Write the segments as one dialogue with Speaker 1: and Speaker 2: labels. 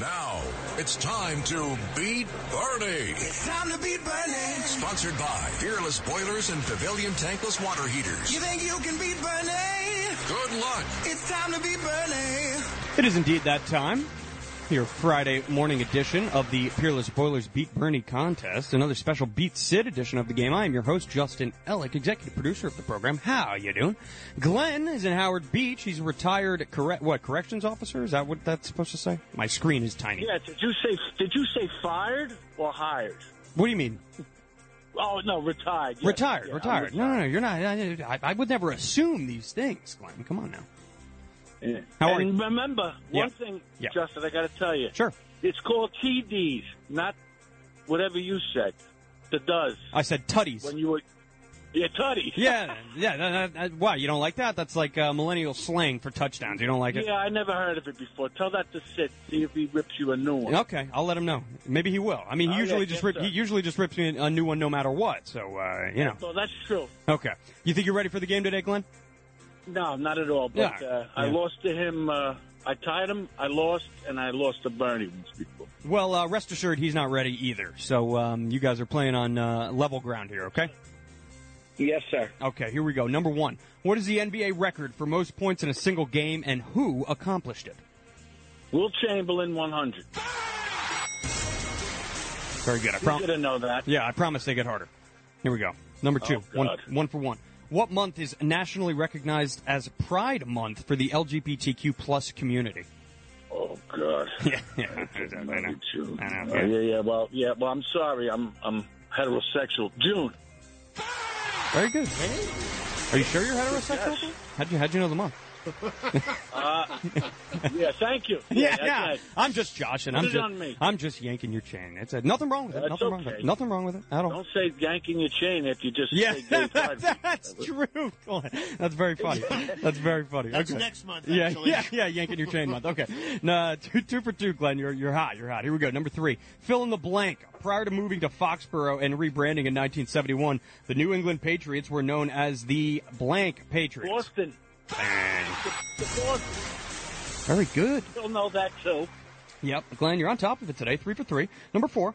Speaker 1: Now it's time to beat Bernie.
Speaker 2: It's time to beat Bernie.
Speaker 1: Sponsored by Fearless Boilers and Pavilion Tankless Water Heaters.
Speaker 2: You think you can beat Bernie?
Speaker 1: Good luck.
Speaker 2: It's time to beat Bernie.
Speaker 3: It is indeed that time. Here, Friday morning edition of the Fearless Boilers Beat Bernie contest, another special Beat Sid edition of the game. I am your host, Justin Ellick, executive producer of the program. How you doing? Glenn is in Howard Beach. He's a retired correct what corrections officer. Is that what that's supposed to say? My screen is tiny.
Speaker 4: Yeah, did you say did you say fired or hired?
Speaker 3: What do you mean?
Speaker 4: Oh no, retired. Yes.
Speaker 3: Retired,
Speaker 4: Yeah, I'm
Speaker 3: retired. No, no, no, you're not. I, I, I would never assume these things, Glenn. Come on now. How are
Speaker 4: and
Speaker 3: you?
Speaker 4: remember
Speaker 3: Yeah.
Speaker 4: one thing,
Speaker 3: Yeah.
Speaker 4: Justin, I got to tell you.
Speaker 3: Sure.
Speaker 4: It's called TDs, not whatever you said. The does
Speaker 3: I said tutties.
Speaker 4: when you were yeah tutty.
Speaker 3: yeah, yeah. That, that, that, why you don't like that? That's like uh, millennial slang for touchdowns. You don't like it?
Speaker 4: Yeah, I never heard of it before. Tell that to Sid. See if he rips you a new one.
Speaker 3: Okay, I'll let him know. Maybe he will. I mean, he
Speaker 4: Oh, yeah,
Speaker 3: usually just
Speaker 4: yes,
Speaker 3: rip,
Speaker 4: sir.
Speaker 3: he usually just rips me a new one no matter what. So uh, you know.
Speaker 4: So that's true.
Speaker 3: Okay. You think you're ready for the game today, Glenn?
Speaker 4: No, not at all. But
Speaker 3: Yeah.
Speaker 4: uh, I
Speaker 3: Yeah.
Speaker 4: lost to him. Uh, I tied him. I lost, and I lost to Bernie once before.
Speaker 3: Well, uh, rest assured, he's not ready either. So um, you guys are playing on uh, level ground here. Okay.
Speaker 4: Yes, sir.
Speaker 3: Okay. Here we go. Number one. What is the NBA record for most points in a single game, and who accomplished it?
Speaker 4: Will Chamberlain, one hundred.
Speaker 3: Very good. I
Speaker 4: You
Speaker 3: promise.
Speaker 4: should have know that.
Speaker 3: Yeah, I promise they get harder. Here we go. Number two,
Speaker 4: Oh,
Speaker 3: one,
Speaker 4: God.
Speaker 3: one for one. What month is nationally recognized as Pride Month for the LGBTQ plus community?
Speaker 4: Oh God.
Speaker 3: Yeah, yeah, I know.
Speaker 4: June.
Speaker 3: I know,
Speaker 4: Oh,
Speaker 3: yeah.
Speaker 4: yeah, yeah. Well, yeah. Well, I'm sorry. I'm I'm heterosexual. June.
Speaker 3: Very good. Are you sure you're heterosexual?
Speaker 4: Yes.
Speaker 3: How'd you how'd you know the month?
Speaker 4: Yeah. Thank you. okay.
Speaker 3: I'm just joshing. I'm
Speaker 4: Put it
Speaker 3: just
Speaker 4: on me.
Speaker 3: I'm just yanking your chain. It's it. nothing wrong with it.
Speaker 4: That's
Speaker 3: nothing wrong with it.
Speaker 4: okay.
Speaker 3: Nothing wrong with it at all.
Speaker 4: Don't say yanking your chain if you just
Speaker 3: yeah,
Speaker 4: say gay pride.
Speaker 3: that's true. Colin. That's very funny. That's very funny.
Speaker 5: That's
Speaker 3: Okay.
Speaker 5: next month,
Speaker 3: Yeah,
Speaker 5: actually.
Speaker 3: yeah, yeah, yanking your chain month. Okay. No, two, two for two, Glenn. You're, you're hot. You're hot. Here we go. Number three. Fill in the blank. Prior to moving to Foxborough and rebranding in 1971, the New England Patriots were known as the blank Patriots.
Speaker 4: Boston.
Speaker 3: Bang.
Speaker 4: The Boston.
Speaker 3: Very good.
Speaker 4: You'll know that too.
Speaker 3: Yep. Glenn, you're on top of it today. Three for three. Number four.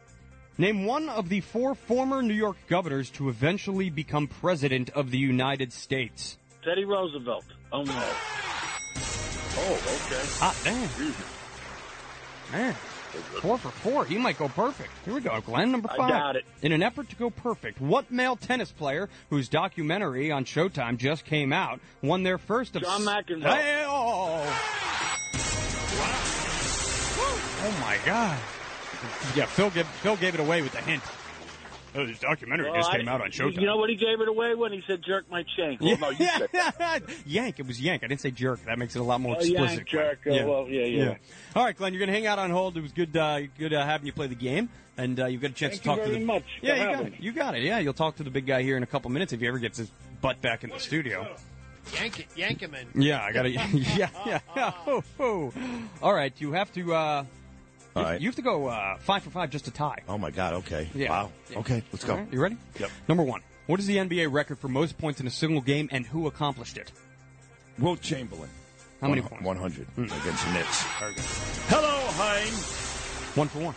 Speaker 3: Name one of the four former New York governors to eventually become president of the United States.
Speaker 4: Teddy Roosevelt. Oh no. Oh, okay.
Speaker 3: Hot damn. Man, four for four. He might go perfect. Here we go, Glenn. Number
Speaker 4: I
Speaker 3: five.
Speaker 4: doubt it.
Speaker 3: In an effort to go perfect, what male tennis player whose documentary on Showtime just came out won their first of
Speaker 4: John McEnroe.
Speaker 3: Hey, oh. Oh my God! Yeah, Phil gave Phil gave it away with the hint. Oh, this documentary
Speaker 4: Well,
Speaker 3: just
Speaker 4: I-
Speaker 3: came out on Showtime.
Speaker 4: You know what he gave it away when he said jerk my chain. Well, no, you said that.
Speaker 3: yank. It was yank. I didn't say jerk. That makes it a lot more
Speaker 4: Oh, yank,
Speaker 3: explicit. Glenn.
Speaker 4: jerk. Oh, well, yeah, yeah.
Speaker 3: All right, Glenn, you're gonna hang out on hold. It was good, uh, good uh, having you play the game, and uh, you've got a chance
Speaker 4: Thank
Speaker 3: to talk
Speaker 4: you
Speaker 3: to
Speaker 4: very
Speaker 3: the.
Speaker 4: much
Speaker 3: yeah,
Speaker 4: for
Speaker 3: you got
Speaker 4: having
Speaker 3: it.
Speaker 4: me.
Speaker 3: You got it. Yeah, you'll talk to the big guy here in a couple minutes if he ever gets his butt back in the studio.
Speaker 5: Yank it, yank him in.
Speaker 3: Yeah, I gotta. yeah, yeah. yeah. Oh, oh. All right, you have to. Uh,
Speaker 6: All
Speaker 3: you-
Speaker 6: right.
Speaker 3: You have to go uh, five for five just to tie.
Speaker 6: Oh my God! Okay.
Speaker 3: Yeah.
Speaker 6: Wow.
Speaker 3: Yeah.
Speaker 6: Okay, let's
Speaker 3: All
Speaker 6: go.
Speaker 3: right, you ready?
Speaker 6: Yep.
Speaker 3: Number one. What is the NBA record for most points in a single game, and who accomplished it?
Speaker 6: Will Chamberlain.
Speaker 3: How many
Speaker 6: One-
Speaker 3: points? Mm.
Speaker 6: 100 against the Knicks.
Speaker 3: Very good.
Speaker 6: Hello, Hein.
Speaker 3: One for one.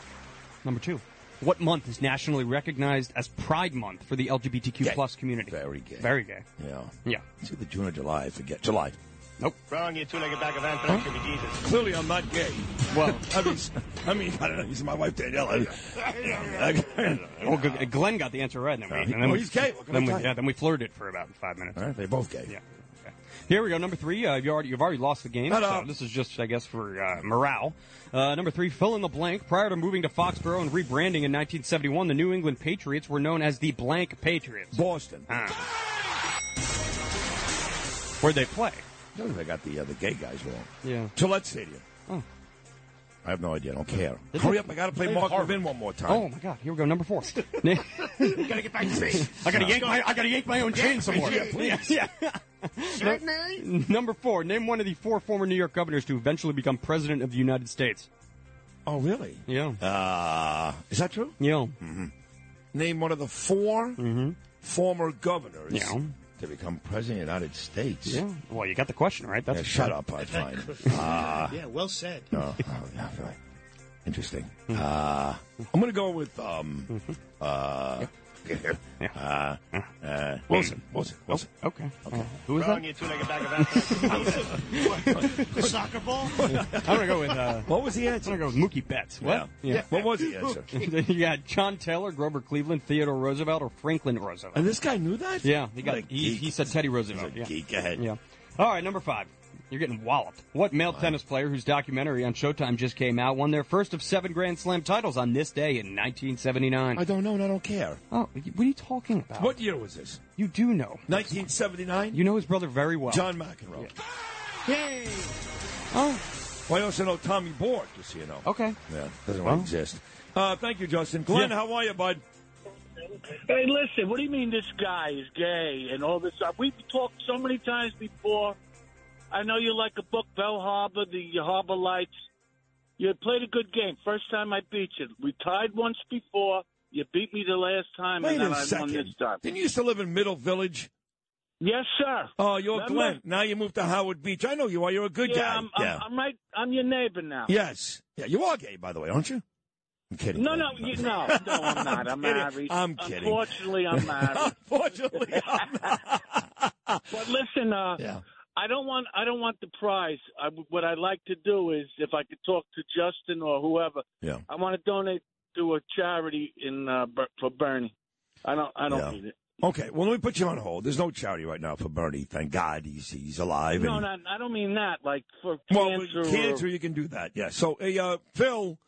Speaker 3: Number two. What month is nationally recognized as Pride Month for the LGBTQ
Speaker 6: Gay.
Speaker 3: plus community?
Speaker 6: Very gay.
Speaker 3: Very gay.
Speaker 6: Yeah.
Speaker 3: Yeah.
Speaker 6: It's either June or July. I forget. July.
Speaker 3: Nope.
Speaker 5: Wrong, you two-legged back of anthrax should be Jesus.
Speaker 6: Clearly, I'm not gay.
Speaker 3: Well,
Speaker 6: I mean, I mean, I don't know. He's my wife, Danielle.
Speaker 3: well, G- Glenn got the answer right, and then we,
Speaker 6: Uh,
Speaker 3: and then
Speaker 6: well,
Speaker 3: we,
Speaker 6: he's gay. What can
Speaker 3: then
Speaker 6: I
Speaker 3: we-
Speaker 6: tell you?
Speaker 3: yeah, then we flirted for about five minutes.
Speaker 6: All right, they're both gay.
Speaker 3: Yeah. Okay. Here we go. Number three. Uh, you already, you've already lost the game.
Speaker 6: Shut
Speaker 3: so
Speaker 6: up.
Speaker 3: this is just, I guess, for uh, morale. Uh, number three. Fill in the blank. Prior to moving to Foxborough and rebranding in 1971, the New England Patriots were known as the Blank Patriots.
Speaker 6: Boston. I
Speaker 3: Ah. Where'd they play?
Speaker 6: don't think I got the uh, the gay guys wrong.
Speaker 3: Yeah. Oh.
Speaker 6: Gillette Stadium. I have no idea. I don't care. Hurry up! I gotta play Mark Levin one more time.
Speaker 3: Oh my God! Here we go. Number four. Na-
Speaker 6: gotta get back to space.
Speaker 3: I gotta yank my I gotta yank my own chain some more.
Speaker 6: yeah, please.
Speaker 3: Yeah, yeah. N- Number four. Name one of the four former New York governors to eventually become president of the United States.
Speaker 6: Oh really?
Speaker 3: Yeah. Hmm.
Speaker 6: Uh, is that true? Mm-hmm.
Speaker 3: Yeah.
Speaker 6: Name one of the 4 former governors
Speaker 3: Yeah.
Speaker 6: to become president of the United States.
Speaker 3: Yeah. Well, you got the question right. That's
Speaker 6: Yeah, shut up, I find. Uh,
Speaker 7: Yeah, well said.
Speaker 6: no, oh, yeah, right. Interesting. Uh, I'm going to go with um, uh, uh, uh, Wilson. Wilson. Wilson.
Speaker 3: Okay. Uh, who is that?
Speaker 5: Throwing your two-legged bag of anthrax.
Speaker 7: The soccer ball?
Speaker 3: I'm gonna go with. Uh,
Speaker 6: What was the
Speaker 3: I'm
Speaker 6: answer?
Speaker 3: gonna go with Mookie Betts. What?
Speaker 6: Yeah. What was the answer?
Speaker 3: you got John Taylor, Grover Cleveland, Theodore Roosevelt, or Franklin Roosevelt.
Speaker 6: And this guy knew that?
Speaker 3: Yeah, he got
Speaker 6: What a
Speaker 3: he,
Speaker 6: geek.
Speaker 3: he said Teddy Roosevelt.
Speaker 6: What a
Speaker 3: Yeah.
Speaker 6: geek. Go ahead.
Speaker 3: yeah. All right, number five. You're getting walloped. What male tennis player whose documentary on Showtime just came out won their first of seven Grand Slam titles on this day in 1979?
Speaker 6: I don't know, and I don't care.
Speaker 3: oh, what are you talking about?
Speaker 6: What year was this?
Speaker 3: You do know.
Speaker 6: 1979?
Speaker 3: You know his brother very well.
Speaker 6: John McEnroe.
Speaker 3: Oh,
Speaker 6: Well, I also know Tommy Borg, just so you know.
Speaker 3: okay.
Speaker 6: Yeah, doesn't really exist. Uh, thank you, Justin. Glenn, how are you, bud?
Speaker 4: Hey, listen, what do you mean this guy is gay and all this stuff? We've talked so many times before. I know you like a book, Bell Harbor, the Harbor Lights. You played a good game. First time I beat you. We tied once before. You beat me the last time,
Speaker 6: Wait
Speaker 4: and then
Speaker 6: a
Speaker 4: I won this
Speaker 6: second.
Speaker 4: time.
Speaker 6: Didn't you used to live in Middle Village?
Speaker 4: Yes, sir.
Speaker 6: Oh, you're
Speaker 4: Remember?
Speaker 6: Glenn. Now you moved to Howard Beach. I know you are. You're a good
Speaker 4: Yeah,
Speaker 6: guy.
Speaker 4: I'm, I'm, I'm right. I'm your neighbor now.
Speaker 6: yes. Yeah, you are gay, by the way, aren't you? I'm kidding.
Speaker 4: No,
Speaker 6: Glenn.
Speaker 4: no, you, no, no, I'm not. I'm
Speaker 6: kidding.
Speaker 4: married.
Speaker 6: I'm kidding.
Speaker 4: Unfortunately, I'm married.
Speaker 6: Unfortunately, I'm not.
Speaker 4: but listen, uh,
Speaker 6: Yeah.
Speaker 4: I don't want I don't want the prize. I, what I'd like to do is, if I could talk to Justin or whoever,
Speaker 6: Yeah.
Speaker 4: I want to donate to a charity in uh, Ber- for Bernie. I don't I don't
Speaker 6: Yeah.
Speaker 4: need it.
Speaker 6: Okay, well, let me put you on hold. There's no charity right now for Bernie. Thank God he's he's alive.
Speaker 4: No,
Speaker 6: and,
Speaker 4: not, I don't mean that. Like for
Speaker 6: Well, with
Speaker 4: cancer.
Speaker 6: cancer,
Speaker 4: or-
Speaker 6: you can do that. Yeah. So, hey, uh, Phil,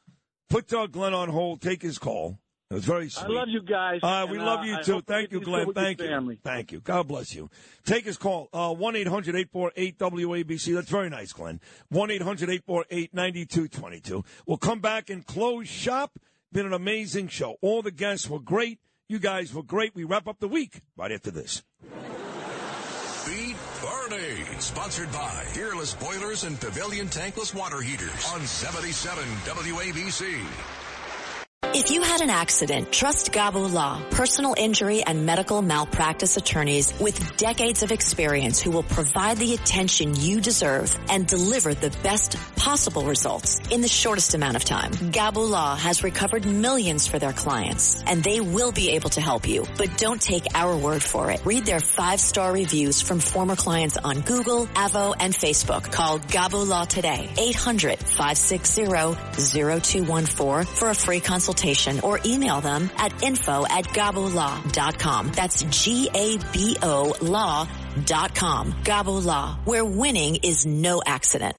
Speaker 6: put uh, Glenn on hold. Take his call. It was very sweet.
Speaker 4: I love you guys.
Speaker 6: Uh, we
Speaker 4: and,
Speaker 6: love
Speaker 4: uh,
Speaker 6: you
Speaker 4: I
Speaker 6: too.
Speaker 4: hope
Speaker 6: Thank you,
Speaker 4: do
Speaker 6: Glenn.
Speaker 4: with your
Speaker 6: Thank you.
Speaker 4: family.
Speaker 6: Thank you. God bless you. Take his call. Uh, One eight hundred eight four eight WABC. That's very nice, Glenn. One eight hundred eight four eight ninety two twenty two. We'll come back and close shop. Been an amazing show. All the guests were great. You guys were great. We wrap up the week right after this.
Speaker 1: Beat Bernie. Sponsored by Fearless Boilers and Pavilion Tankless Water Heaters on 77 WABC.
Speaker 8: If you had an accident, trust Gabo Law, personal injury and medical malpractice attorneys with decades of experience who will provide the attention you deserve and deliver the best possible results in the shortest amount of time. Gabo Law has recovered millions for their clients and they will be able to help you, but don't take our word for it. Read their five-star reviews from former clients on Google, Avo, and Facebook. Call Gabo Law today, 800-560-0214 for a free consultation or email them at info at gabolaw.com. That's G-A-B-O law dot com. Gabo Law, where winning is no accident.